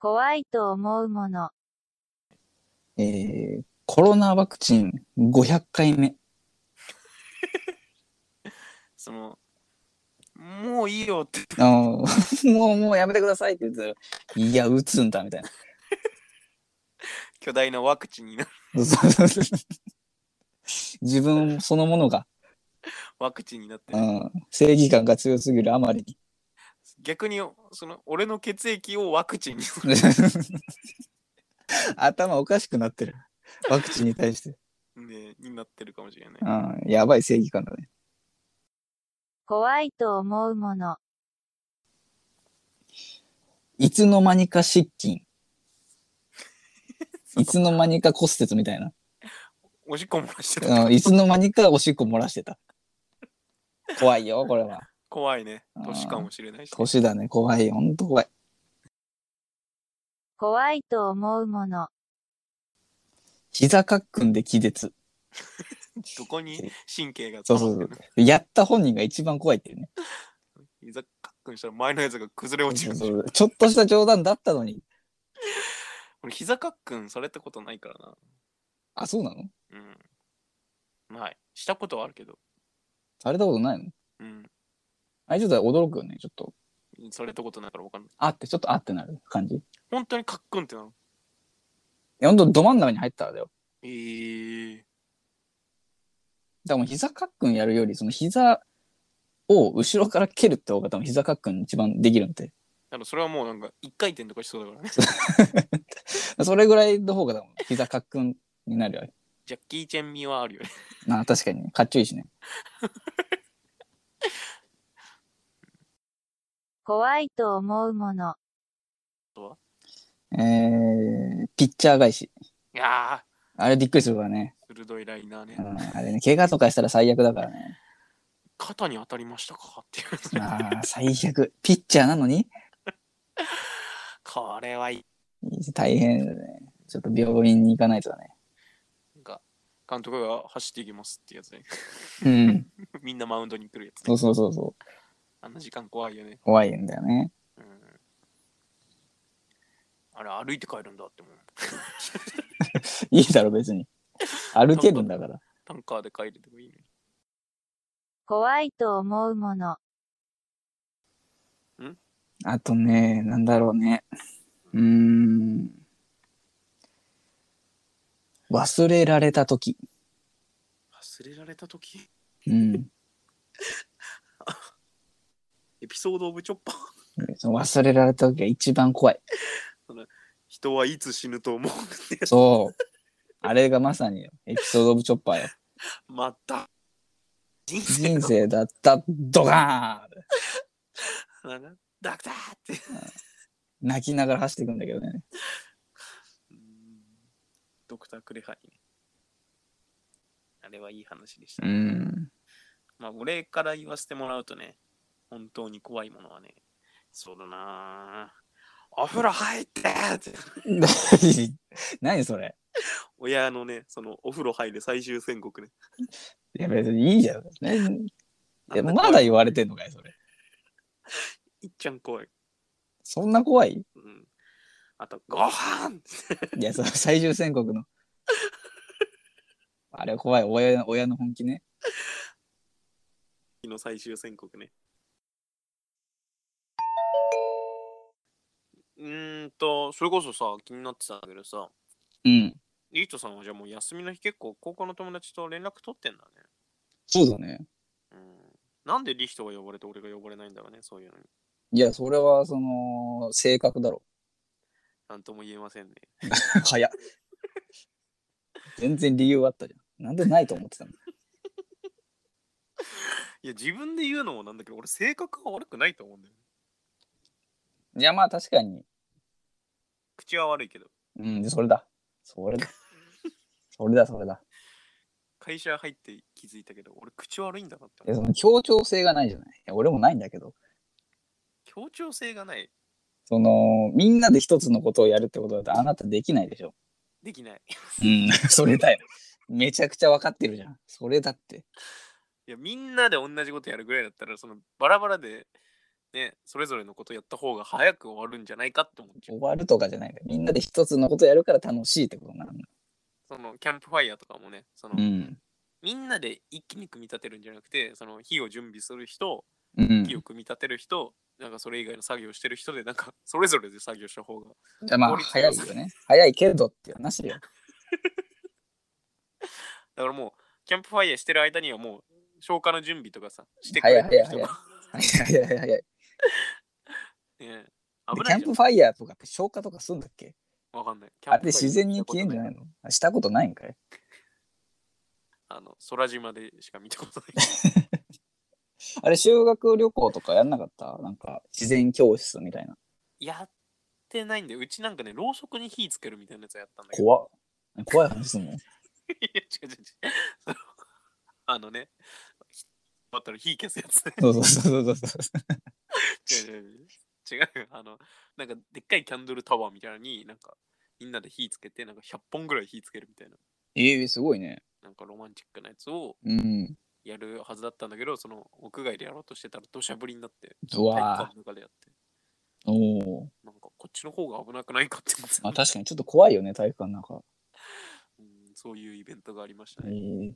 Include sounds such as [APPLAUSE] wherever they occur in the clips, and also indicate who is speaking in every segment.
Speaker 1: 怖いと思うもの。
Speaker 2: えーコロナワクチン500回目。
Speaker 3: その、もういいよって。
Speaker 2: あー [LAUGHS] もう、もうやめてくださいって言ってたら、いや、打つんだ、みたいな。 [LAUGHS]
Speaker 3: 巨大なワクチンにな、
Speaker 2: そうそうそう自分そのものが、
Speaker 3: ワクチンになって
Speaker 2: う
Speaker 3: る。
Speaker 2: ん、正義感が強すぎるあまりに。
Speaker 3: 逆に、その、俺の血液をワクチンにする。
Speaker 2: [LAUGHS] 頭おかしくなってる。ワクチンに対して。
Speaker 3: ね、になってるかもしれない。
Speaker 2: うん、やばい正義感だね。
Speaker 1: 怖いと思うもの。
Speaker 2: いつの間にか失禁。いつの間にか骨折みたいな。
Speaker 3: おしっこ漏らしてる。
Speaker 2: うん、いつの間にかおしっこ漏らしてた。怖いよ、これは。
Speaker 3: 怖いね
Speaker 2: あ。ー
Speaker 3: 年かもしれないし。
Speaker 2: 年だね、怖いよ。ほんと怖い。
Speaker 1: 怖いと思うもの。
Speaker 2: 膝かっくんで気絶。
Speaker 3: どこに神経が
Speaker 2: そ
Speaker 3: 溜
Speaker 2: うそ
Speaker 3: ま
Speaker 2: うそ
Speaker 3: って
Speaker 2: う
Speaker 3: る。。
Speaker 2: やった本人が一番怖いっていうね。
Speaker 3: いざカックンしたら前のやつが崩れ落ち
Speaker 2: そうそ
Speaker 3: る。
Speaker 2: うちょっとした冗談だったのに。
Speaker 3: 俺、膝カックンされたことないからな。
Speaker 2: あ、そうなの
Speaker 3: うん。ない。したことはあるけど。
Speaker 2: されたことないの
Speaker 3: うん。
Speaker 2: あれちょっと驚くよね、ちょっと。
Speaker 3: されたことないから分かんない。
Speaker 2: あって、ちょっとあってなる感じ。い
Speaker 3: 本当にカックンってなの
Speaker 2: や、ほんとど真ん中に入ったらだよ。
Speaker 3: えー、
Speaker 2: だからもう膝かっくんやるより、その膝を後ろから蹴るって方が多分膝かっくん一番できるんで。 [LAUGHS]
Speaker 3: あのそれはもうなんか一回転とかしそうだからね。
Speaker 2: それぐらいの方が多分膝かっくんになるよ。
Speaker 3: ジャッキー・チェン味はあるよね。 [LAUGHS]
Speaker 2: なあ、確かに、ね、かっちょいいしね。
Speaker 1: 怖いと思うもの。
Speaker 2: えー、ピッチャー返し。
Speaker 3: いや
Speaker 2: あれびっくりするからね。
Speaker 3: ー、鋭いライナーね
Speaker 2: う。ん、あれね、怪我とかしたら最悪だからね。
Speaker 3: 肩に当たりましたかっていう。
Speaker 2: ああ、最悪。ピッチャーなのに
Speaker 3: [LAUGHS] これはいい。
Speaker 2: 大変だね。ちょっと病院に行かないとだね。
Speaker 3: なんか、監督が走っていきますってやつね。 [LAUGHS]
Speaker 2: うん。
Speaker 3: みんなマウンドに来るやつ
Speaker 2: そ
Speaker 3: ね。
Speaker 2: うそうそうそう。
Speaker 3: あんな時間怖いよね。
Speaker 2: 怖いんだよね。
Speaker 3: うん。あれ、歩いて帰るんだって思う。
Speaker 2: いいだろ、別に。歩けるんだから。
Speaker 3: タンカーで帰るでもいいね。
Speaker 1: 怖いと思うもの。
Speaker 2: あとね、なんだろうね。うーん。忘れられた時。
Speaker 3: 忘れられた時
Speaker 2: うん。
Speaker 3: エピソード・オブ・チョッパー。 [LAUGHS]
Speaker 2: その忘れられた時が一番怖い。
Speaker 3: 人はいつ死ぬと思うってやつ。
Speaker 2: そう。あれがまさによエピソード・オブ・チョッパーよ。
Speaker 3: また。人生
Speaker 2: 人
Speaker 3: [LAUGHS] の
Speaker 2: 生だった、ドカーン
Speaker 3: なんかダクターって。
Speaker 2: 泣きながら走っていくんだけどね。
Speaker 3: うんドクター・クレハイね。あれはいい話でした。
Speaker 2: うん。
Speaker 3: まあ、俺から言わせてもらうとね、本当に怖いものはね、そうだなぁお風呂入ってって
Speaker 2: [LAUGHS] 何それ
Speaker 3: 親のね、そのお風呂入る最終宣告ね。
Speaker 2: いや別にいいじゃん。何いや
Speaker 3: なん
Speaker 2: ま
Speaker 3: 怖
Speaker 2: だ
Speaker 3: い
Speaker 2: 言われてんのかいそれ。
Speaker 3: いっちゃん怖い。
Speaker 2: そんな怖い
Speaker 3: うん。あと、ご飯
Speaker 2: いや、その最終宣 [LAUGHS] 告の。あれ怖い親、親の本気ね。
Speaker 3: の最終宣告ね。うーんと、それこそさ、気になってたんだけどさ、
Speaker 2: うん。
Speaker 3: リートさんはじゃあもう休みの日結構高校の友達と連絡取ってんだ
Speaker 2: そうだね。
Speaker 3: ね。うん。なんでリヒトが呼ばれて俺が呼ばれないんだろうね、そういうのに。
Speaker 2: いや、それは、その、性格だろ。
Speaker 3: なんとも言えませんね。
Speaker 2: 早っ。全然理由あったじゃん。なんでないと思ってたの
Speaker 3: いや、自分で言うのもなんだけど、俺性格が悪くないと思うんだよね。
Speaker 2: いや、まあ確かに。
Speaker 3: 口は悪いけど。
Speaker 2: うん、それだ。それだ。それだ、それだ。
Speaker 3: 会社入って気づいたけど、俺口悪いんだなって
Speaker 2: いや、。その協調性がないじゃない。いや、俺もないんだけど。
Speaker 3: 協調性がない。
Speaker 2: その、みんなで一つのことをやるってことだと、あなたできないでしょ。
Speaker 3: できない。
Speaker 2: うん、 [LAUGHS] それだよ。めちゃくちゃ分かってるじゃん。それだって。
Speaker 3: いや、みんなで同じことやるぐらいだったら、そのバラバラでね、それぞれのことやった方が早く終わるんじゃないかって思っちゃ
Speaker 2: 終
Speaker 3: う。
Speaker 2: わるとかじゃないんだよみんなで一つのことやるから楽しいってことなの。
Speaker 3: そのキャンプファイヤーとかもね、その
Speaker 2: うん。
Speaker 3: みんなで一気に組み立てるんじゃなくて、その火を準備する人、
Speaker 2: うん。
Speaker 3: 火を組み立てる人、なんかそれ以外の作業してる人で、なんかそれぞれで作業した方が。
Speaker 2: じゃあまあ、早いよね。早いけどっていう話よ。
Speaker 3: だからもう、キャンプファイヤーしてる間にはもう、消化の準備とかさ、してく
Speaker 2: 早
Speaker 3: れ
Speaker 2: い
Speaker 3: て
Speaker 2: 早
Speaker 3: る
Speaker 2: い
Speaker 3: 人
Speaker 2: 早い。早い早
Speaker 3: が。
Speaker 2: い早い早い。
Speaker 3: [LAUGHS] ね、
Speaker 2: で
Speaker 3: 危
Speaker 2: キャ
Speaker 3: ない
Speaker 2: ン
Speaker 3: じゃ
Speaker 2: プファイヤーとかって消火とかすんだっけ
Speaker 3: ん。わかんない。
Speaker 2: あれで自然に消えんじゃ
Speaker 3: い
Speaker 2: ないのあしたことないんかい
Speaker 3: あの、空島でしか見たことない。 [LAUGHS]
Speaker 2: あれ修学旅行とかやんなかったなんか自然教室みたいな。
Speaker 3: やってないんで、うちなんかね、ろうそくに火つけるみたいなやつやったんだけど。
Speaker 2: 怖っ怖い話すんの
Speaker 3: [LAUGHS] いや違う違う違うそのあのね、バったら火消すやつね。
Speaker 2: そうそうそうそうそう。
Speaker 3: 違う違う [LAUGHS] 違う。違うよあの、なんかでっかいキャンドルタワーみたいなのに、なんかみんなで火つけて、なんか100本ぐらい火つけるみたいな、
Speaker 2: ええすごいね。
Speaker 3: なんかロマンチックなやつを
Speaker 2: うん。
Speaker 3: やるはずだったんだけど、その屋外でやろうとしてたら土砂降りになって、
Speaker 2: う
Speaker 3: 体育
Speaker 2: わ
Speaker 3: 館の中でやって、
Speaker 2: ーおお。
Speaker 3: なんかこっちの方が危なくないかって [LAUGHS] 思ってた
Speaker 2: まあ確かにちょっと怖いよね、体育館なんか。
Speaker 3: うんそういうイベントがありました
Speaker 2: ええ
Speaker 3: ね。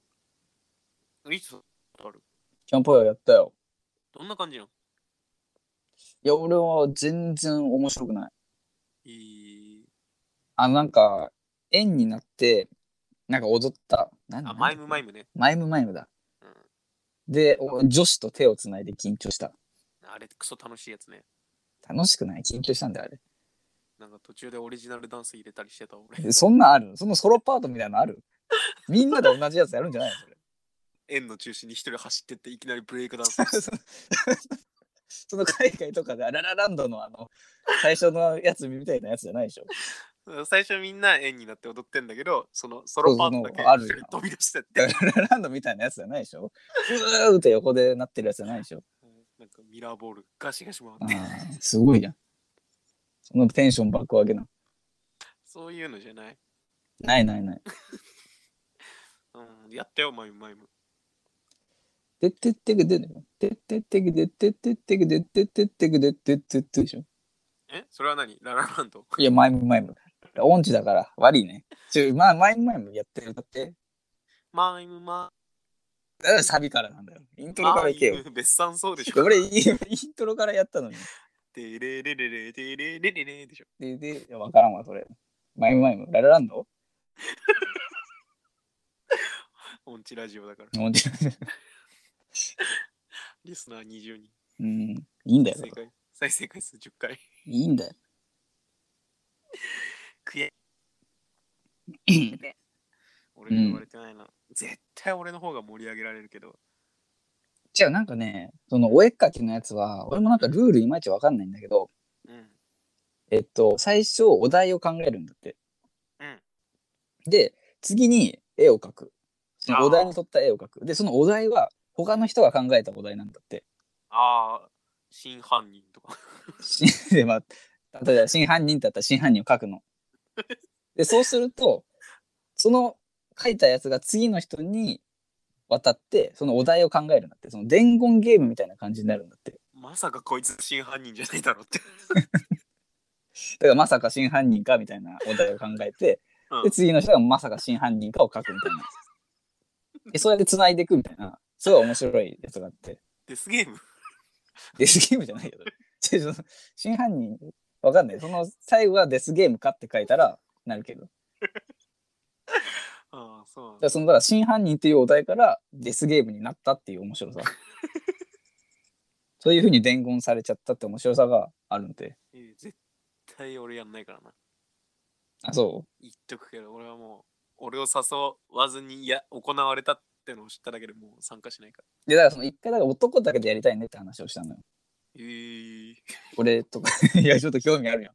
Speaker 3: いつある
Speaker 2: キャンプファイヤーやったよ。
Speaker 3: どんな感じなの
Speaker 2: いや、俺は全然面白くない。
Speaker 3: えー
Speaker 2: あの、なんか、円になって、なんか踊った。なん
Speaker 3: あ、マイムマイ
Speaker 2: ム。
Speaker 3: ムね。
Speaker 2: マイムマイムだ。
Speaker 3: うん
Speaker 2: で、お女子と手をつないで緊張した。
Speaker 3: あれクソ楽しいやつね。
Speaker 2: 楽しくない緊張したんだよ、あ
Speaker 3: なんか途中でオリジナルダンス入れたりしてた俺。
Speaker 2: れ。そんなんあるそのソロパートみたいなのあるみんなで同じやつやるんじゃないのそれ。
Speaker 3: 円の中心に一人走ってっていきなりブレイクダ
Speaker 2: [LAUGHS]
Speaker 3: ンス。
Speaker 2: その海外とかでララランドのあの、最初のやつみたいなやつじゃないでしょ。
Speaker 3: 最初みんな円になって踊ってんだけど、そのソロパートだけ
Speaker 2: そうそうある
Speaker 3: 一人飛び出してっ
Speaker 2: ラ
Speaker 3: て。
Speaker 2: ラランドみたいなやつじゃないでしょ。うーって横でなってるやつじゃないでしょ。
Speaker 3: なんかミラーボールガシガシ回
Speaker 2: あ
Speaker 3: って。
Speaker 2: ーすごいじゃん。そのテンション爆上げな。
Speaker 3: そういうのじゃない。
Speaker 2: ないないない。
Speaker 3: うん、やったよ、マイムマイム。
Speaker 2: でってってくででてってってくでてってってくでてってってくでてってってでしょ。
Speaker 3: えそれは何ララランド。 [LAUGHS]
Speaker 2: いや、マイムマイム。音痴だから悪いね。ちょ、まあ、マイムマイムやってるだって。
Speaker 3: マイムマ
Speaker 2: だからサビからなんだよ。イン
Speaker 3: イ
Speaker 2: ト
Speaker 3: ム。
Speaker 2: ロからいけよ
Speaker 3: マ。イム別産そうでしょ。
Speaker 2: 俺、インイントロからやったのに。
Speaker 3: てれれれれてれれれれでしょ。
Speaker 2: で、で、いや、わからんわ、それ。マイムマイム。ララランド
Speaker 3: オンチラジオだから。
Speaker 2: 音痴
Speaker 3: リスナー20人。
Speaker 2: [LAUGHS] うん。いいんだよ。
Speaker 3: 正解再生回数10回。
Speaker 2: いいんだよ。
Speaker 3: 悔え。俺
Speaker 2: うん
Speaker 3: が言われてないな、絶対俺の方が盛り上げられるけど。
Speaker 2: 違う、なんかね、そのお絵かきのやつは、俺もなんかルールいまいちわかんないんだけど、
Speaker 3: うん。
Speaker 2: えっと、最初お題を考えるんだって。
Speaker 3: うん
Speaker 2: で、次に絵を描く。そ
Speaker 3: あ
Speaker 2: の
Speaker 3: ー
Speaker 2: お題に沿った絵を描く。で、そのお題は他の人が考えたお題なんだって。
Speaker 3: ああ、真犯人とか。
Speaker 2: し [LAUGHS] で、まあ、例えば真犯人だったら真犯人を描
Speaker 3: [LAUGHS]
Speaker 2: くの。で、そうすると、その描いたやつが次の人に渡って、そのお題を考えるんだって。その伝言ゲームみたいな感じになるんだって。
Speaker 3: まさかこいつ真犯人じゃないだろうって。
Speaker 2: だからまさか真犯人かみたいなお題を考えて、
Speaker 3: うん
Speaker 2: で次の人がまさか真犯人かを書くみたいな。でそうやって繋いでいくみたいな、すごい面白いやつがあって。
Speaker 3: デスゲーム
Speaker 2: デスゲームじゃない [LAUGHS] よ。それその真犯人、わかんない。その最後はデスゲームかって書いたらなるけど。だか
Speaker 3: ああ、そうなんだ。
Speaker 2: らそのだから真犯人っていうお題からデスゲームになったっていう面白さ。そういうふうに伝言されちゃったって面白さがあるんで。
Speaker 3: えー絶対俺やんないからな。
Speaker 2: あ、そ
Speaker 3: 言っとくけど、俺はもう、俺を誘わずに、いや、行われたってのを知っただけでもう参加しないから。
Speaker 2: う。で、だからその一回だから男だけでやりたいねって話をしたのよ。
Speaker 3: えー、 [LAUGHS]
Speaker 2: 俺とか、 [LAUGHS] いや、ちょっと興味あるや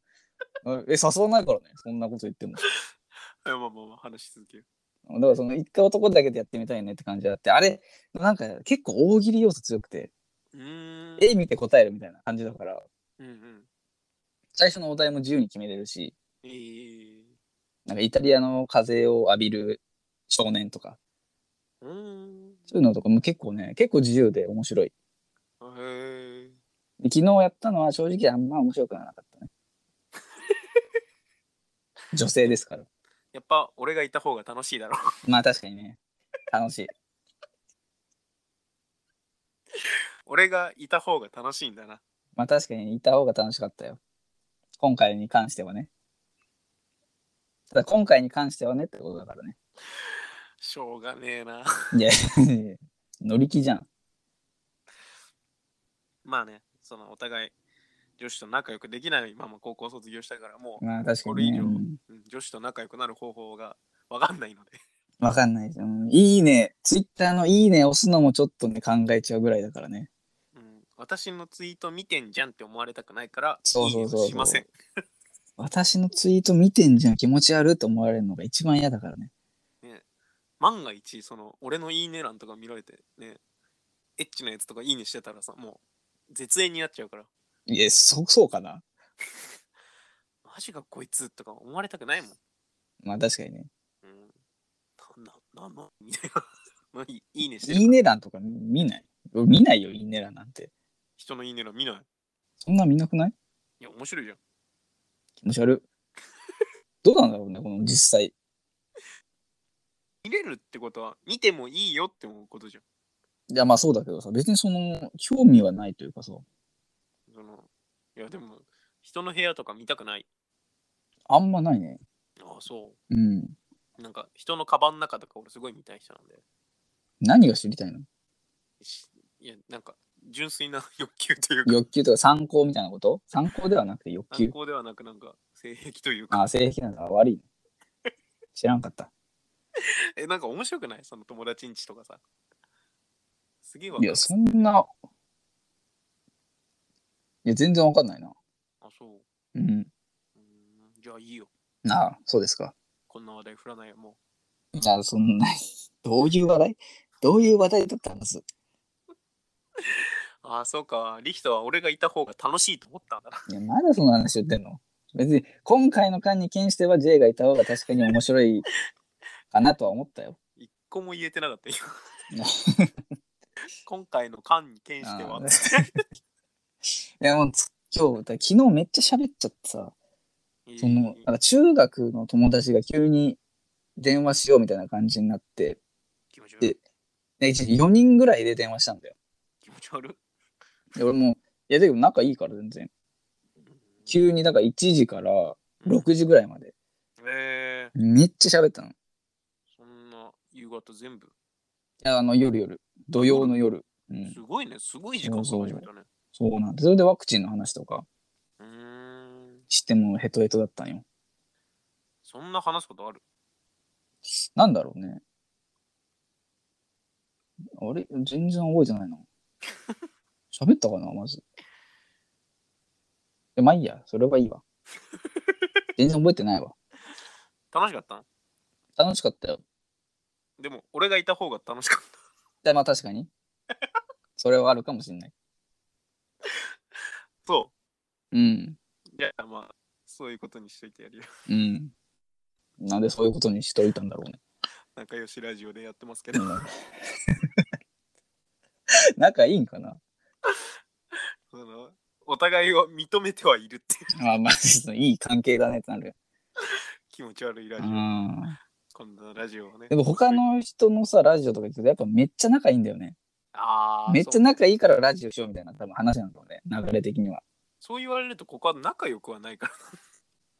Speaker 2: ん。え、誘わないからね、そんなこと言っても。
Speaker 3: まあまあまあ、話し続ける。
Speaker 2: だからその一回男だけでやってみたいねって感じだって、あれ、なんか結構大喜利要素強くて、
Speaker 3: うーん。
Speaker 2: 絵見て答えるみたいな感じだから、
Speaker 3: うんうん。
Speaker 2: 最初のお題も自由に決めれるし、
Speaker 3: えー、
Speaker 2: なんかイタリアの風を浴びる少年とか、
Speaker 3: うーん。
Speaker 2: そういうのとかも結構ね、結構自由で面白い。
Speaker 3: へえ。
Speaker 2: で昨日やったのは正直あんま面白くはなか
Speaker 3: [LAUGHS]
Speaker 2: ったね。女性ですから。
Speaker 3: やっぱ俺がいた方が楽しいだろう。
Speaker 2: まあ確かにね。楽しい。
Speaker 3: 俺がいた方が楽しいんだな。
Speaker 2: まあ確かにいた方が楽しかったよ。今回に関してはね。ただ今回に関してはねってことだからね。
Speaker 3: しょうがねえな。
Speaker 2: いや、 [LAUGHS] 乗り気じゃん。
Speaker 3: まあね、そのお互い女子と仲良くできないまま高校卒業したから、もう、
Speaker 2: まあ確か
Speaker 3: これ
Speaker 2: に、
Speaker 3: 以
Speaker 2: ね
Speaker 3: 上、
Speaker 2: うん
Speaker 3: うん女子と仲良くなる方法がわかんないので。 [LAUGHS]
Speaker 2: わかんないじゃん。いいね。ツイッターのいいね押すのもちょっとね考えちゃうぐらいだからね。
Speaker 3: うん、私のツイート見てんじゃんって思われたくないから、
Speaker 2: そうそうそうそう
Speaker 3: いいねしません。
Speaker 2: 私のツイート見てんじゃん気持ち悪いと思われるのが一番嫌だからね。
Speaker 3: 万が一、その、俺のいいね欄とか見られて、ね、エッチなやつとかいいねしてたらさ、もう、絶縁になっちゃうから、
Speaker 2: いや、そ、そうかな。
Speaker 3: マジかこいつとか思われたくないもん。
Speaker 2: まあ確かにね。
Speaker 3: うん。な、な、な、な、みたいな。 [LAUGHS] まあいいいいねしてる
Speaker 2: いいね欄とか見ない見ないよ、いいね欄なんて。
Speaker 3: 人のいいね欄見ない。
Speaker 2: そんな見なくない
Speaker 3: いや、面白いじゃん。
Speaker 2: 気持ち悪い。 [LAUGHS] どうなんだろうね、この実際。
Speaker 3: 見れるってことは、見てもいいよって思うことじゃん。
Speaker 2: いや、まあそうだけどさ、別にその、興味はないというかさ、
Speaker 3: その、いや、でも、人の部屋とか見たくない。
Speaker 2: あんまないね。
Speaker 3: ああ、そ
Speaker 2: うん。
Speaker 3: う。なんか、人のカバンの中とか俺すごい見たい人なんで。
Speaker 2: 何が知りたいの
Speaker 3: しいや、なんか、純粋な欲求というか、
Speaker 2: 欲求とか参考みたいなこと参考ではなくて欲
Speaker 3: 参
Speaker 2: 求。
Speaker 3: 考ではなく、なんか、性癖という
Speaker 2: あ
Speaker 3: か
Speaker 2: あ、、性癖なんだ。悪いね。知らんかった。
Speaker 3: え、なんか面白くないその友達んちとかさ。すげえわか
Speaker 2: い
Speaker 3: る
Speaker 2: や、そんな。いや、全然わかんないな。
Speaker 3: あ、そう。
Speaker 2: うん。
Speaker 3: うんじゃあいいよ。
Speaker 2: なあ、そうですか。
Speaker 3: こんな話題振らないよ、も
Speaker 2: じゃあ、そんな、 [LAUGHS] どういう話題どういう話題だったんです
Speaker 3: う。ああ、そうか。リヒトは俺がいた方が楽しいと思ったんだな。
Speaker 2: いや、まだその話言ってんの別に、今回の間に関しては J がいた方が確かに面白いかなとは思った [LAUGHS] よ。
Speaker 3: 一個も言えてなかったよ
Speaker 2: [LAUGHS] な。
Speaker 3: 今回の缶に関しては
Speaker 2: あ。ー [LAUGHS] いや、もうつ今日、だ昨日めっちゃ喋っちゃってさ、その、なんか中学の友達が急に電話しようみたいな感じになって、
Speaker 3: 気持ち悪
Speaker 2: で
Speaker 3: い。
Speaker 2: 4人ぐらいで電話したんだよ。
Speaker 3: 気持ち悪い。
Speaker 2: で俺も、いや、でも仲いいから全然。急に、だから1時から6時ぐらいまで。
Speaker 3: えー、
Speaker 2: めっちゃ喋ったの。い
Speaker 3: そんな夕方全部。
Speaker 2: や、あの、夜夜。土曜の夜。うん
Speaker 3: す。ごいね。すごい時間かかりましたね。
Speaker 2: そうなんで、それでワクチンの話とか
Speaker 3: うーん。
Speaker 2: してもヘトヘトだったんよ。
Speaker 3: そんな話すことある
Speaker 2: なんだろうね。あれ全然覚えてないな。喋ったかなまず。いやまあいいや。それはいいわ。全然覚えてないわ。
Speaker 3: 楽しかった
Speaker 2: 楽しかったよ。
Speaker 3: でも、俺がいた方が楽しかった。 [LAUGHS]
Speaker 2: でまあ確かに。それはあるかもしれない。
Speaker 3: そ
Speaker 2: うん。
Speaker 3: う。じゃあまあ、そういうことにしといてやるよ。 [LAUGHS]
Speaker 2: うん。なんでそういうことにしといたんだろうね。
Speaker 3: 仲良しラジオでやってますけ
Speaker 2: う
Speaker 3: ど。
Speaker 2: ん [LAUGHS] 仲いいんかな
Speaker 3: [LAUGHS] そのお互いを認めてはいるっていう [LAUGHS]
Speaker 2: まあまあ、そのいい関係だねってなるよ。
Speaker 3: 気持ち悪いラ
Speaker 2: う
Speaker 3: ジオ。
Speaker 2: ん。
Speaker 3: こんなラジオはね。
Speaker 2: でも他の人のさ、ラジオとか聞くとやっぱめっちゃ仲いいんだよね。
Speaker 3: あー
Speaker 2: めっちゃ
Speaker 3: そう
Speaker 2: 仲いいからラジオしようみたいな多分話なんだろうね。流れ的には。
Speaker 3: そう言われるとここは仲良くはないから。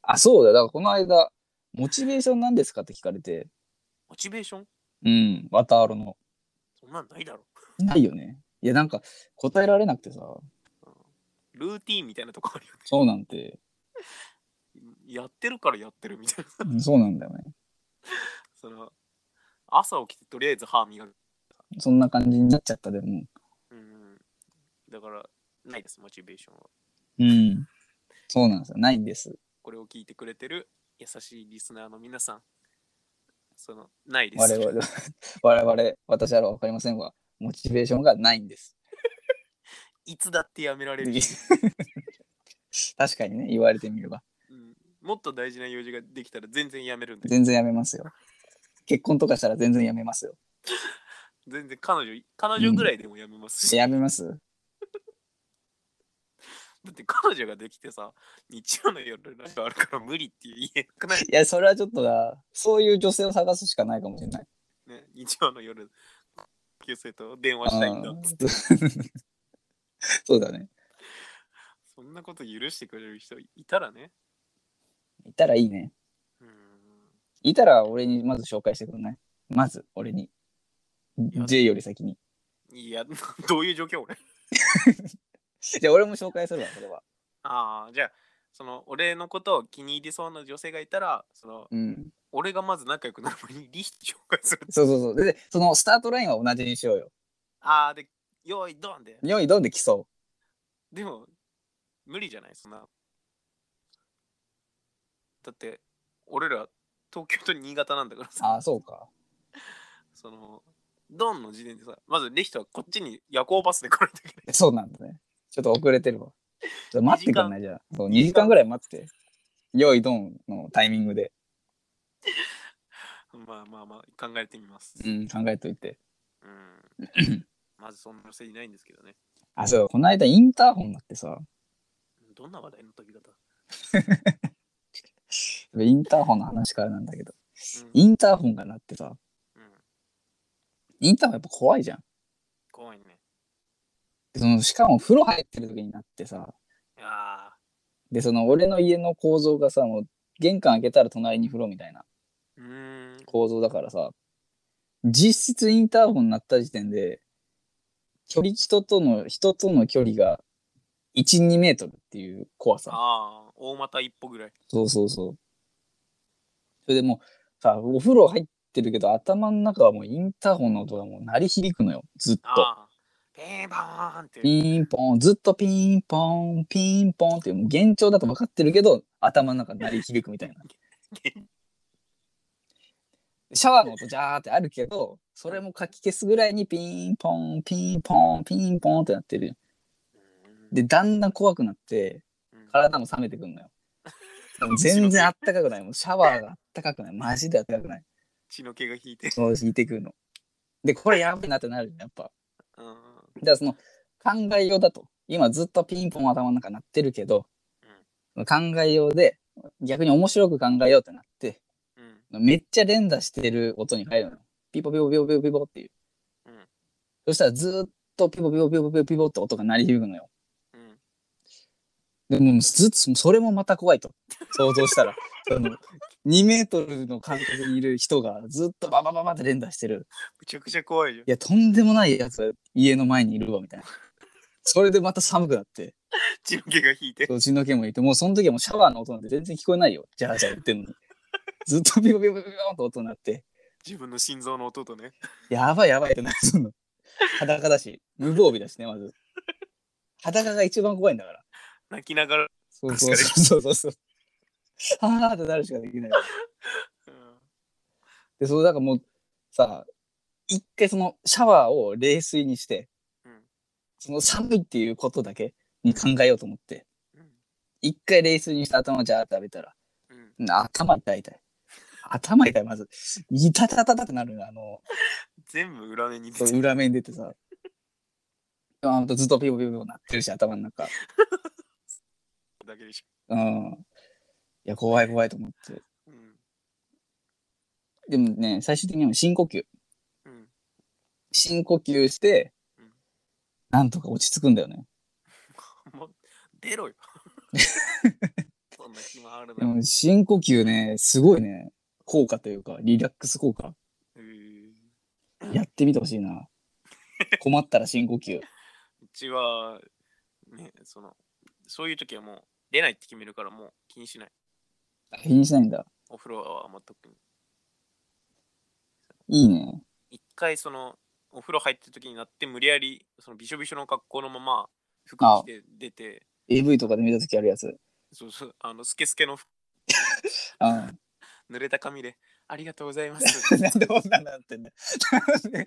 Speaker 2: あ、そうだよ。だからこの間、モチベーションなんですかって聞かれて、
Speaker 3: モチベーション
Speaker 2: うん、ワタアロの。
Speaker 3: そんなんないだろ。
Speaker 2: ないよね。いや、なんか答えられなくてさ、
Speaker 3: ルーティーンみたいなとこあるよ [LAUGHS]
Speaker 2: そうなんて、
Speaker 3: ね。やってるからやってるみたいな。 [LAUGHS]
Speaker 2: うんそうなんだよね。
Speaker 3: その朝起きてとりあえず歯磨く。
Speaker 2: そんな感じになっちゃったでも。
Speaker 3: うん。だから、ないです、モチベーションは。
Speaker 2: うん。そうなんですよ。ないんです。
Speaker 3: これを聞いてくれてる優しいリスナーの皆さん。その、ないです。
Speaker 2: 我々は、我々、 [LAUGHS] 私はわかりませんが、モチベーションがないんです。
Speaker 3: いつだってやめられる。
Speaker 2: [LAUGHS] 確かにね、言われてみれば。
Speaker 3: うん、もっと大事な用事ができたら全然やめるんで。
Speaker 2: 全然やめますよ。結婚とかしたら全然やめますよ。
Speaker 3: 全然彼女、彼女ぐらいでもやめますし。
Speaker 2: やめます
Speaker 3: だって彼女ができてさ、日曜の夜ライブあるから無理って言えなくない、
Speaker 2: いや、それはちょっとな、そういう女性を探すしかないかもしれない。
Speaker 3: ね、 [LAUGHS] 日曜の夜、旧姓と電話したいんだ
Speaker 2: う
Speaker 3: っ
Speaker 2: ん [LAUGHS]
Speaker 3: つって。
Speaker 2: そうだね。
Speaker 3: そんなこと許してくれる人いたらね。
Speaker 2: いたらいいね。
Speaker 3: うーん
Speaker 2: いたら俺にまず紹介してくんないまず俺に。
Speaker 3: や
Speaker 2: J より先に。
Speaker 3: いや、 [LAUGHS] どういう状況俺。 [LAUGHS]
Speaker 2: じゃあ俺も紹介するわ、それは。
Speaker 3: ああ、じゃあ、その俺のことを気に入りそうな女性がいたら、その
Speaker 2: うん。
Speaker 3: 俺がまず仲良くなる前にリ [LAUGHS] ヒ紹介する。
Speaker 2: そうそうそう。で、そのスタートラインは同じにしようよ。
Speaker 3: ああ、で、よーい、ドンで。
Speaker 2: 4位どんで競
Speaker 3: でも、無理じゃないそんな。だって、俺ら、東京と新潟なんだから
Speaker 2: う。あ
Speaker 3: さ、
Speaker 2: あ、そうか。
Speaker 3: その、ドンの時点でさ、まずレヒトはこっちに夜行バスで来ないといけない。
Speaker 2: そうなんだね。ちょっと遅れてるわ。ちょっと待ってくんないじゃあ。そう、2時間ぐらい待って。4位どんのタイミングで。
Speaker 3: まあまあまあ、考えてみます。
Speaker 2: うん、考えといて。
Speaker 3: うん。まずそんな女性いないんですけどね。
Speaker 2: あ、そう、この間インターホンだってさ、
Speaker 3: どんな話題の飛び方、
Speaker 2: インターホンの話からなんだけど、
Speaker 3: うん
Speaker 2: インターホンが鳴ってさ、
Speaker 3: うん
Speaker 2: インターホンやっぱ怖いじゃん。
Speaker 3: 怖いね。
Speaker 2: でそのしかも風呂入ってる時になってさ、
Speaker 3: ああ、
Speaker 2: で、その俺の家の構造がさ、もう玄関開けたら隣に風呂みたいな
Speaker 3: うーん。
Speaker 2: 構造だからさ、実質インターホン鳴った時点で、距離人との、人との距離が1、2メートルっていう怖さ。
Speaker 3: ああ、大股一歩ぐらい。
Speaker 2: そうそうそう。それでもうさ、お風呂入ってるけど、頭の中はもうインターホンの音がもう鳴り響くのよ、ずっと。
Speaker 3: ああ、ペンバーンって。
Speaker 2: ピンポン、ずっとピンポン、ピンポンっていう、もう幻聴だと分かってるけど、頭の中鳴り響くみたいな。シャワーの音ジャーってあるけど、それもかき消すぐらいにピンポン、ピンポン、ピンポンってなってるよ。で、だんだん怖くなって、
Speaker 3: うん、
Speaker 2: 体も冷めてくんのよ。でも全然あったかくない。もうシャワーがあったかくない。マジであったかくない。
Speaker 3: 血の毛が引いて。
Speaker 2: そう引いてくるの。で、これやべえなってなるよやっぱ。
Speaker 3: うん。うん
Speaker 2: だからその考えようだと。今ずっとピンポン頭の中鳴ってるけど、考えようで、逆に面白く考えようってなって、
Speaker 3: うん。
Speaker 2: めっちゃ連打してる音に変えるの。ピポピポピポピポピポっていう。
Speaker 3: うん
Speaker 2: そしたらずっとピポピポピポピポピポって音が鳴り響くのよ。
Speaker 3: うん。
Speaker 2: でもずっとそれもまた怖いと想像したら [LAUGHS] その2メートルの間隔にいる人がずっとババババって連打してる
Speaker 3: めちゃくちゃ怖いじゃん。
Speaker 2: いやとんでもないやつが家の前にいるわみたいなそれでまた寒くなって
Speaker 3: 血の毛が引いて。
Speaker 2: うちの家もいてもうその時はもうシャワーの音なんて全然聞こえないよじゃあじゃあ言ってんのにずっとビコビコビコビコンと音になって
Speaker 3: 自分の心臓の音とね。
Speaker 2: やばいやばいってなるの裸だし無防備だしねまず裸が一番怖いんだから
Speaker 3: 泣きながら。
Speaker 2: そうそうそうそうそうああってなるしかできない
Speaker 3: うん。
Speaker 2: で、そう、だからもう、さ、一回そのシャワーを冷水にして、
Speaker 3: うん
Speaker 2: その寒いっていうことだけに考えようと思って、
Speaker 3: うん
Speaker 2: 一回冷水にして頭をジャーって浴びたら、
Speaker 3: うん。
Speaker 2: 頭痛い痛い。頭痛い、まず。いたたたたってなるのあの、
Speaker 3: 全部裏目に
Speaker 2: そ
Speaker 3: 出
Speaker 2: う
Speaker 3: てる。
Speaker 2: 裏面出てさ。あずっとピヨピヨピヨなってるし、頭の中。
Speaker 3: だけでし
Speaker 2: うん。いや、怖い怖いと思って。
Speaker 3: ょ。うん。
Speaker 2: でもね、最終的には深呼吸。
Speaker 3: うん。
Speaker 2: 深呼吸して
Speaker 3: うん、
Speaker 2: なんとか落ち着くんだよね。
Speaker 3: [LAUGHS] もう、
Speaker 2: [LAUGHS]
Speaker 3: 出ろよ。そんな暇ある
Speaker 2: で
Speaker 3: な。
Speaker 2: も深呼吸ね、すごいね、効果というか、リラックス効果。
Speaker 3: うー
Speaker 2: やってみてほしいな。困ったら深呼吸。
Speaker 3: うちは、ね、その、そういう時はもう出ないって決めるからもう気にしない。
Speaker 2: あ気にしないんだ。
Speaker 3: お風呂は全くに。
Speaker 2: いいね。
Speaker 3: 一回その、お風呂入ってる時になって無理やり、そのびしょびしょの格好のまま服
Speaker 2: あ
Speaker 3: 着て出て、
Speaker 2: AV とかで見た時あるやつ。
Speaker 3: そうそう、あの、スケスケの服
Speaker 2: あ
Speaker 3: 濡れた髪で、ありがとうございま
Speaker 2: [LAUGHS]
Speaker 3: す。
Speaker 2: あなんで女になってんだよ。なんで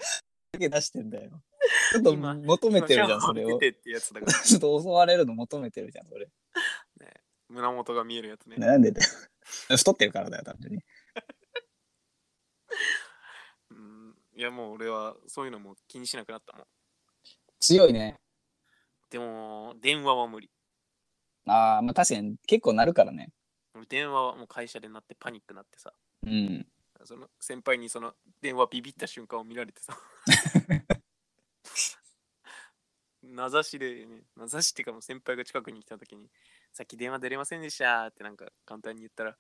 Speaker 2: 手出してんだよ。ちょっと
Speaker 3: 今
Speaker 2: 求めてるじゃん、
Speaker 3: シャ
Speaker 2: そ
Speaker 3: ワー
Speaker 2: れ
Speaker 3: 浴
Speaker 2: を
Speaker 3: び。てってやつだから、
Speaker 2: ちょっと襲われるの求めてるじゃん、それ。
Speaker 3: 胸元が見えるやつね。
Speaker 2: なんでだよ。太ってるからだよ、単純に。
Speaker 3: うん、いやもう俺はそういうのもう気にしなくなったもん。
Speaker 2: 強いね。
Speaker 3: でも、電話は無理。
Speaker 2: ああ、まあ確かに結構なるからね。
Speaker 3: 俺電話はもう会社でなってパニックなってさ、
Speaker 2: うん。
Speaker 3: その先輩にその電話ビビった瞬間を見られてさ。名指しで、ね、名指しっていうかもう先輩が近くに来た時に、さっき電話出れませんでしたってなんか簡単に言ったら、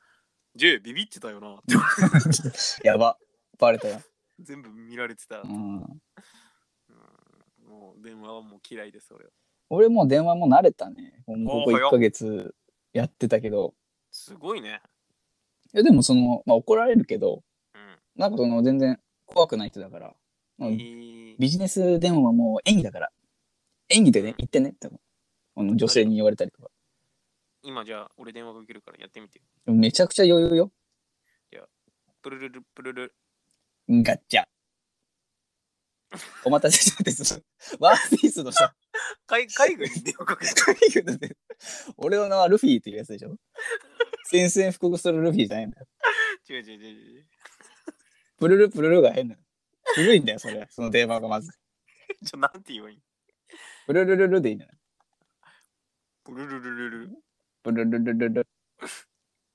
Speaker 3: J ビビってたよなって
Speaker 2: やば。バレたよ。
Speaker 3: 全部見られてた。
Speaker 2: うん。
Speaker 3: うんもう電話はもう嫌いです、俺は。
Speaker 2: 俺もう電話も慣れたね。もうここ
Speaker 3: おー早
Speaker 2: 1
Speaker 3: っ
Speaker 2: ヶ月やってたけど。
Speaker 3: すごいね。
Speaker 2: いやでもその、まあ怒られるけど、
Speaker 3: うん。
Speaker 2: なんかその全然怖くない人だから。う
Speaker 3: え
Speaker 2: ん
Speaker 3: ー
Speaker 2: ビジネス電話はもう演技だから。演技でね、言ってねって。あの女性に言われたりとか。
Speaker 3: 今じゃあ俺電話かけるからやってみて。
Speaker 2: でもめちゃくちゃ余裕よ。
Speaker 3: プルルルプルル。
Speaker 2: ガッチャ。お待たせしたです。ワンピースのさ、
Speaker 3: 海海外に電話かける。
Speaker 2: 俺の名はルフィっていうやつでしょ宣戦布告するルフィじゃないんだよ。
Speaker 3: 違う違う違う違う。
Speaker 2: プルルプルルが変なの。古いんだよ、それ。その電話がまず。
Speaker 3: [LAUGHS] ちょ、なんて言えばいいの
Speaker 2: プルルルルでいいんじゃない
Speaker 3: プルルルルル。
Speaker 2: プルルルルル。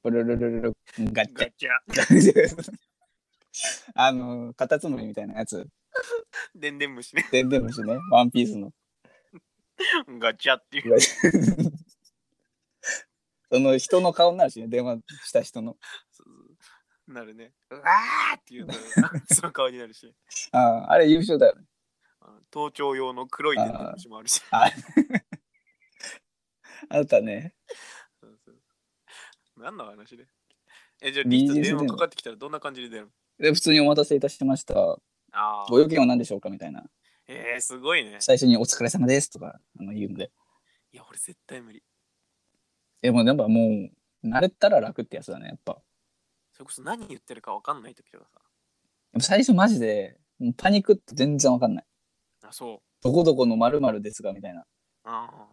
Speaker 2: プルルルルル。ガッチ
Speaker 3: ガ
Speaker 2: ャ。
Speaker 3: チャ。
Speaker 2: [LAUGHS] あの、カタツムリみたいなやつ。
Speaker 3: でんでん虫ね。
Speaker 2: 全然虫ね。ワンピースの。
Speaker 3: [LAUGHS] ガチャっていう。
Speaker 2: その人の顔になるしね、電話した人の。
Speaker 3: そうそうなるね。うわーって [LAUGHS] いうと、その顔になるし。
Speaker 2: ああ、あれ優秀だよね。
Speaker 3: あの盗聴用の黒いでんでん虫もあるし。
Speaker 2: [LAUGHS] あなたね、
Speaker 3: そうそう何の話でえ、じゃあ、
Speaker 2: ビ
Speaker 3: リ
Speaker 2: ジ
Speaker 3: ス
Speaker 2: ネス
Speaker 3: 電話
Speaker 2: 電話
Speaker 3: かかってきたらどんな感じで出るの
Speaker 2: で普通にお待たせいたしました。
Speaker 3: ああ
Speaker 2: ご。用件は何でしょうかみたいな。
Speaker 3: えー、すごいね。
Speaker 2: 最初にお疲れ様ですとかあの言うんで。
Speaker 3: いや、俺絶対無理。
Speaker 2: でも、やっぱもう、慣れたら楽ってやつだね、やっぱ。やっ
Speaker 3: それこそ何言ってるか分かんない時とか
Speaker 2: ぱ最初マジで、もうパニックって全然わかんない。
Speaker 3: さ。あ、そう。
Speaker 2: どこどこの〇〇ですが、みたいな。
Speaker 3: あ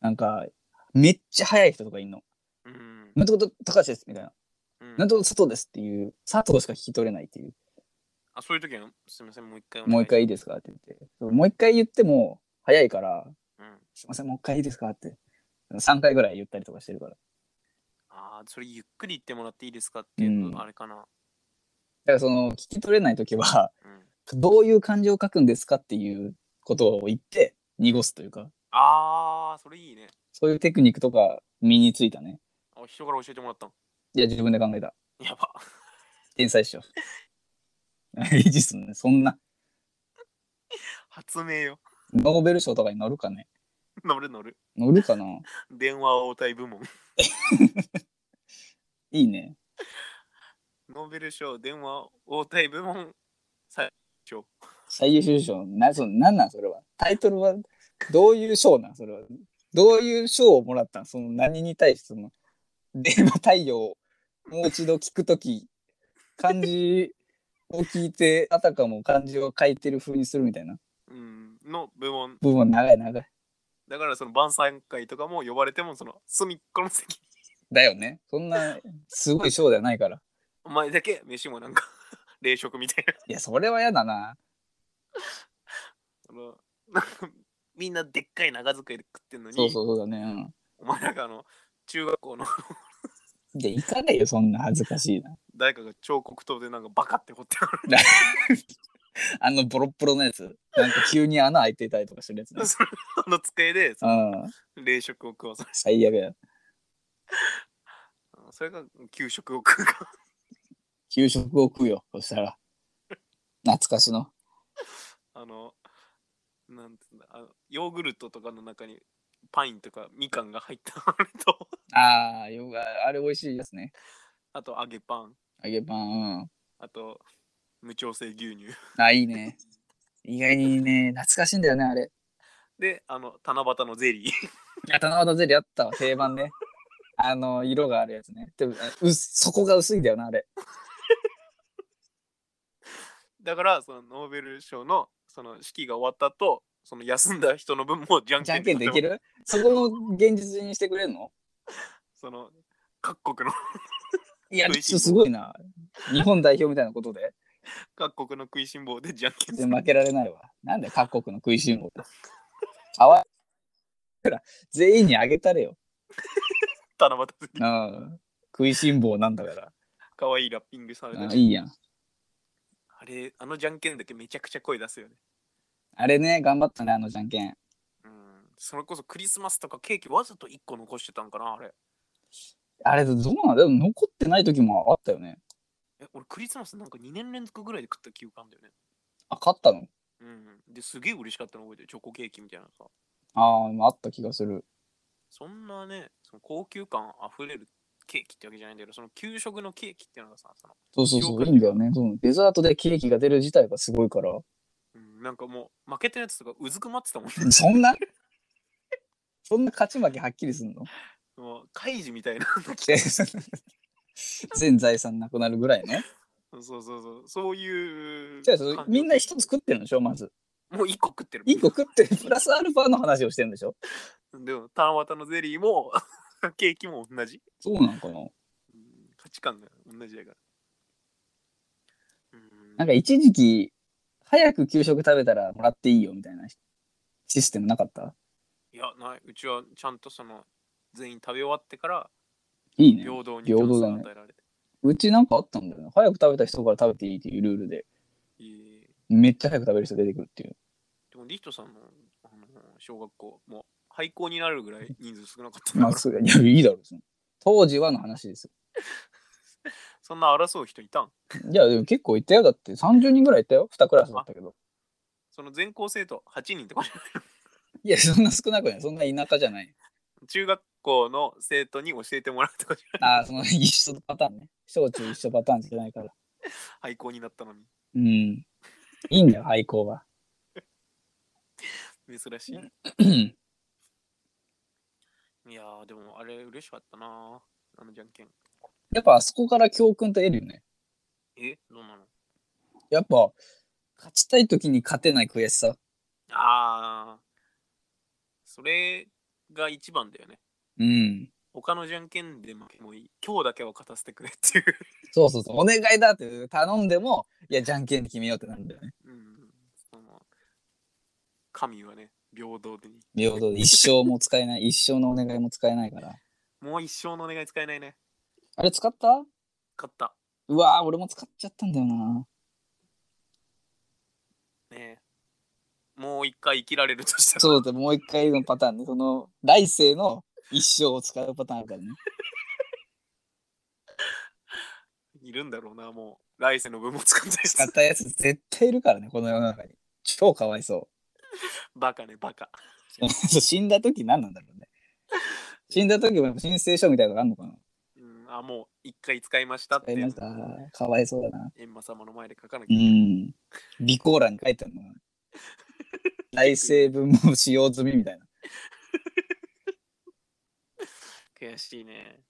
Speaker 2: なんか、めっちゃ早い人とかいんの。
Speaker 3: あ。うん。
Speaker 2: なんてこと高橋です、みたいな。
Speaker 3: うん
Speaker 2: なんてこと佐藤ですっていう、佐藤しか聞き取れないっていう。
Speaker 3: あ、そういう時は、すみません、もう一回お願
Speaker 2: もう
Speaker 3: い
Speaker 2: 一
Speaker 3: します。
Speaker 2: 回いいですかって言って。そうもう一回言っても早いから、
Speaker 3: うん。
Speaker 2: すいません、もう一回いいですかって。3回ぐらい言ったりとかしてるから。だ
Speaker 3: ああ、それゆっくり言ってもらっていいですかっていう
Speaker 2: うん
Speaker 3: と、あれかな。
Speaker 2: からその、聞き取れないときは、 [LAUGHS]
Speaker 3: うん。
Speaker 2: どういう漢字を書くんですかっていうことを言って、濁すというか、
Speaker 3: ああ、それいいね。
Speaker 2: そういうテクニックとか身についたね。
Speaker 3: あ人から教えてもらったの。 [LAUGHS]
Speaker 2: いや、自分で考えた。
Speaker 3: やば。 [LAUGHS]
Speaker 2: 天才っしょ。 [LAUGHS] いいですね。そんな、
Speaker 3: 発明よ。 [LAUGHS]
Speaker 2: ノーベル賞とかに乗るかね。
Speaker 3: 乗る乗る。
Speaker 2: 乗るかな
Speaker 3: 電話応対部門。 [LAUGHS]
Speaker 2: いいね。
Speaker 3: ノーベル賞、電話応対部門、最初。
Speaker 2: 最優秀賞。な、そなんなんそれは。タイトルは、どういう賞なんそれは。どういう賞をもらったんその何に対してその、電話対応をもう一度聞くとき、漢字を聞いて、あたかも漢字を書いてる風にするみたいな。
Speaker 3: うん、の部門。
Speaker 2: 部分長い長い。
Speaker 3: だからその晩餐会とかも呼ばれても、その隅っこの席。
Speaker 2: だよね。そんな、すごい賞ではないから。
Speaker 3: お前だけ飯もなんか [LAUGHS] 冷食みたいない
Speaker 2: や、それは嫌だな。
Speaker 3: そのなんかみんなでっかい長机で食ってんのに
Speaker 2: そうそうそうだね。
Speaker 3: お前なんかあの中学校の [LAUGHS]
Speaker 2: うん。で、行かないよ、そんな恥ずかしいな。
Speaker 3: 誰かが彫刻刀でなんかバカって掘ってある
Speaker 2: あの、ボロッボロのやつ。なんか急に穴開いてたりとかするやつね。
Speaker 3: [LAUGHS] そのあの机でそ
Speaker 2: うん。
Speaker 3: の冷食を食わされ
Speaker 2: 最悪や。
Speaker 3: [LAUGHS] それが給食を食うか
Speaker 2: 給食を食うよ、そしたら。懐かしの。
Speaker 3: [LAUGHS] あのなんていうんだあのヨーグルトとかの中にパインとかみかんが入った [LAUGHS] あれと
Speaker 2: ああ、よくあれ美味しいですね。
Speaker 3: あと揚げパン
Speaker 2: 揚げパン、
Speaker 3: あと無調整牛乳
Speaker 2: うん。あ、いいね。意外にね、懐かしいんだよね、あれ。
Speaker 3: であの七夕のゼリー
Speaker 2: い
Speaker 3: [LAUGHS]
Speaker 2: や、七夕ゼリーあったわ、定番ね。あの、色があるやつね。でも、あうそこが薄いんだよな、あれ。
Speaker 3: だからそのノーベル賞のその式が終わった後その休んだ人の分もじゃん
Speaker 2: じ
Speaker 3: け
Speaker 2: ゃん
Speaker 3: んで
Speaker 2: けんできるそこも現実にしてくれるの
Speaker 3: [LAUGHS] その各国の [LAUGHS]
Speaker 2: いや、
Speaker 3: 食
Speaker 2: ちょ
Speaker 3: い
Speaker 2: っ
Speaker 3: し
Speaker 2: とす
Speaker 3: ん坊
Speaker 2: ごいな。日本代表みたいなことで。
Speaker 3: 各国の食いしん坊でじゃんけんす
Speaker 2: 全
Speaker 3: る
Speaker 2: 然負けられないわ。なんで各国の食いしん坊って。かわいい。ほら全員にあげたれよ。
Speaker 3: 七夕すぎ。
Speaker 2: ああ食いしん坊なんだから
Speaker 3: かわいいラッピングされ
Speaker 2: あ
Speaker 3: た
Speaker 2: あ
Speaker 3: じゃん
Speaker 2: いいやん
Speaker 3: あれ、あのじゃんけんだけめちゃくちゃ声出すよね。
Speaker 2: あれね頑張ったねあのじゃんけん
Speaker 3: うん。それこそクリスマスとかケーキわざと1個残してたんかな、あれ。
Speaker 2: あれどうなんだでも残ってない時もあったよね
Speaker 3: え、俺クリスマスなんか2年連続ぐらいで食った記憶あんだよね。
Speaker 2: あ勝ったの
Speaker 3: うん。で、すげえ嬉しかったの覚えてる。チョコケーキみたいなさ。
Speaker 2: あああった気がする
Speaker 3: そんなね、その高級感あふれるケーキってわけじゃないんだけど、その給食のケーキっていうのがさ、その
Speaker 2: そうそうそ
Speaker 3: 了
Speaker 2: うい
Speaker 3: 解
Speaker 2: いんだよねそうデザートでケーキが出る自体がすごいから
Speaker 3: うん、なんかもう負けたやつとかうずくまってたもんね。
Speaker 2: そん [LAUGHS] なそんな勝ち負けはっきりすんの
Speaker 3: もう、怪獣みたいな。 [LAUGHS]
Speaker 2: 全財産なくなるぐらいね。
Speaker 3: そうそうそう。そういう。
Speaker 2: じゃあそうみんな一つ食ってるんでしょまず。
Speaker 3: もう一個食ってる。
Speaker 2: 一個食ってるプラスアルファの話をしてるんでしょ
Speaker 3: でも、七夕のゼリーも [LAUGHS] ケーキも同じ。
Speaker 2: そうなのかな
Speaker 3: うん価値観が同じだから。うん
Speaker 2: なんか一時期早く給食食べたらもらっていいよみたいなシステムなかった
Speaker 3: いや、ない。うちはちゃんとその、全員食べ終わってから、
Speaker 2: いいね。
Speaker 3: 平等に
Speaker 2: 平等だね
Speaker 3: 与えられて。
Speaker 2: うちなんかあったんだよね。早く食べた人から食べていいっていうルールで、
Speaker 3: いい
Speaker 2: めっちゃ早く食べる人出てくるっていう。
Speaker 3: でも、リヒトさんのあの小学校、もう廃校になるぐらい人数少なかったん
Speaker 2: ま
Speaker 3: だか
Speaker 2: あ、
Speaker 3: [LAUGHS] ら
Speaker 2: そういや、いいだろうその当時はの話ですよ。
Speaker 3: そんな争う人いたん
Speaker 2: いや、でも結構いたよ。だって30人ぐらいいたよ。2クラスだったけど。
Speaker 3: その全校生徒8人とかじゃない
Speaker 2: いや、そんな少なくない。そんな田舎じゃない。
Speaker 3: 中学校の生徒に教えてもらうとかじゃない
Speaker 2: ああ、その一緒パターンね。小中一緒パターンじゃないから。
Speaker 3: 廃校になったのに
Speaker 2: うん。いいんだよ、廃校は。 [CLEARS THROAT]
Speaker 3: 珍しい、
Speaker 2: うん
Speaker 3: いやーでもあれ嬉しかったなーあのじゃんけん
Speaker 2: やっぱあそこから教訓と得るよね。
Speaker 3: えどうなの
Speaker 2: やっぱ、勝ちたい時に勝てない悔しさ。
Speaker 3: あーそれが一番だよね
Speaker 2: うん。
Speaker 3: 他のじゃんけんで負けもいい今日だけは勝たせてくれっていう、 [LAUGHS]
Speaker 2: そうそうそう。お願いだって頼んでも、いや、じゃんけんで決めようってなるんだよね。
Speaker 3: うん、その神はね平等でに
Speaker 2: 平等で一生も使えない。一生のお願いも使えないから。
Speaker 3: もう一生のお願い使えないね
Speaker 2: あれ使った
Speaker 3: 勝った
Speaker 2: うわー俺も使っちゃったんだよな。
Speaker 3: ねえもう一回生きられるとしたら
Speaker 2: そうだ、もう一回のパターンね。その、来世の一生を使うパターンあるからね。
Speaker 3: いるんだろうな、もう。来世の分も使った
Speaker 2: 使っ
Speaker 3: やつ。
Speaker 2: たやつ絶対いるからね、この世の中に。超かわいそ
Speaker 3: バカね、バカ。
Speaker 2: う。 [LAUGHS] 死んだ時何なんだろうね。死んだ時も申請書みたいなのがあるのかな
Speaker 3: うん、あ、もう一回使いましたっ
Speaker 2: 使
Speaker 3: て
Speaker 2: い
Speaker 3: いう
Speaker 2: ま
Speaker 3: の。
Speaker 2: した。かわいそうだな。
Speaker 3: エンマ様の前で書かな
Speaker 2: う
Speaker 3: きゃ。
Speaker 2: ん。備考欄に書いてある [LAUGHS] の。来世分も使用済みみたいな。
Speaker 3: 悔しいね。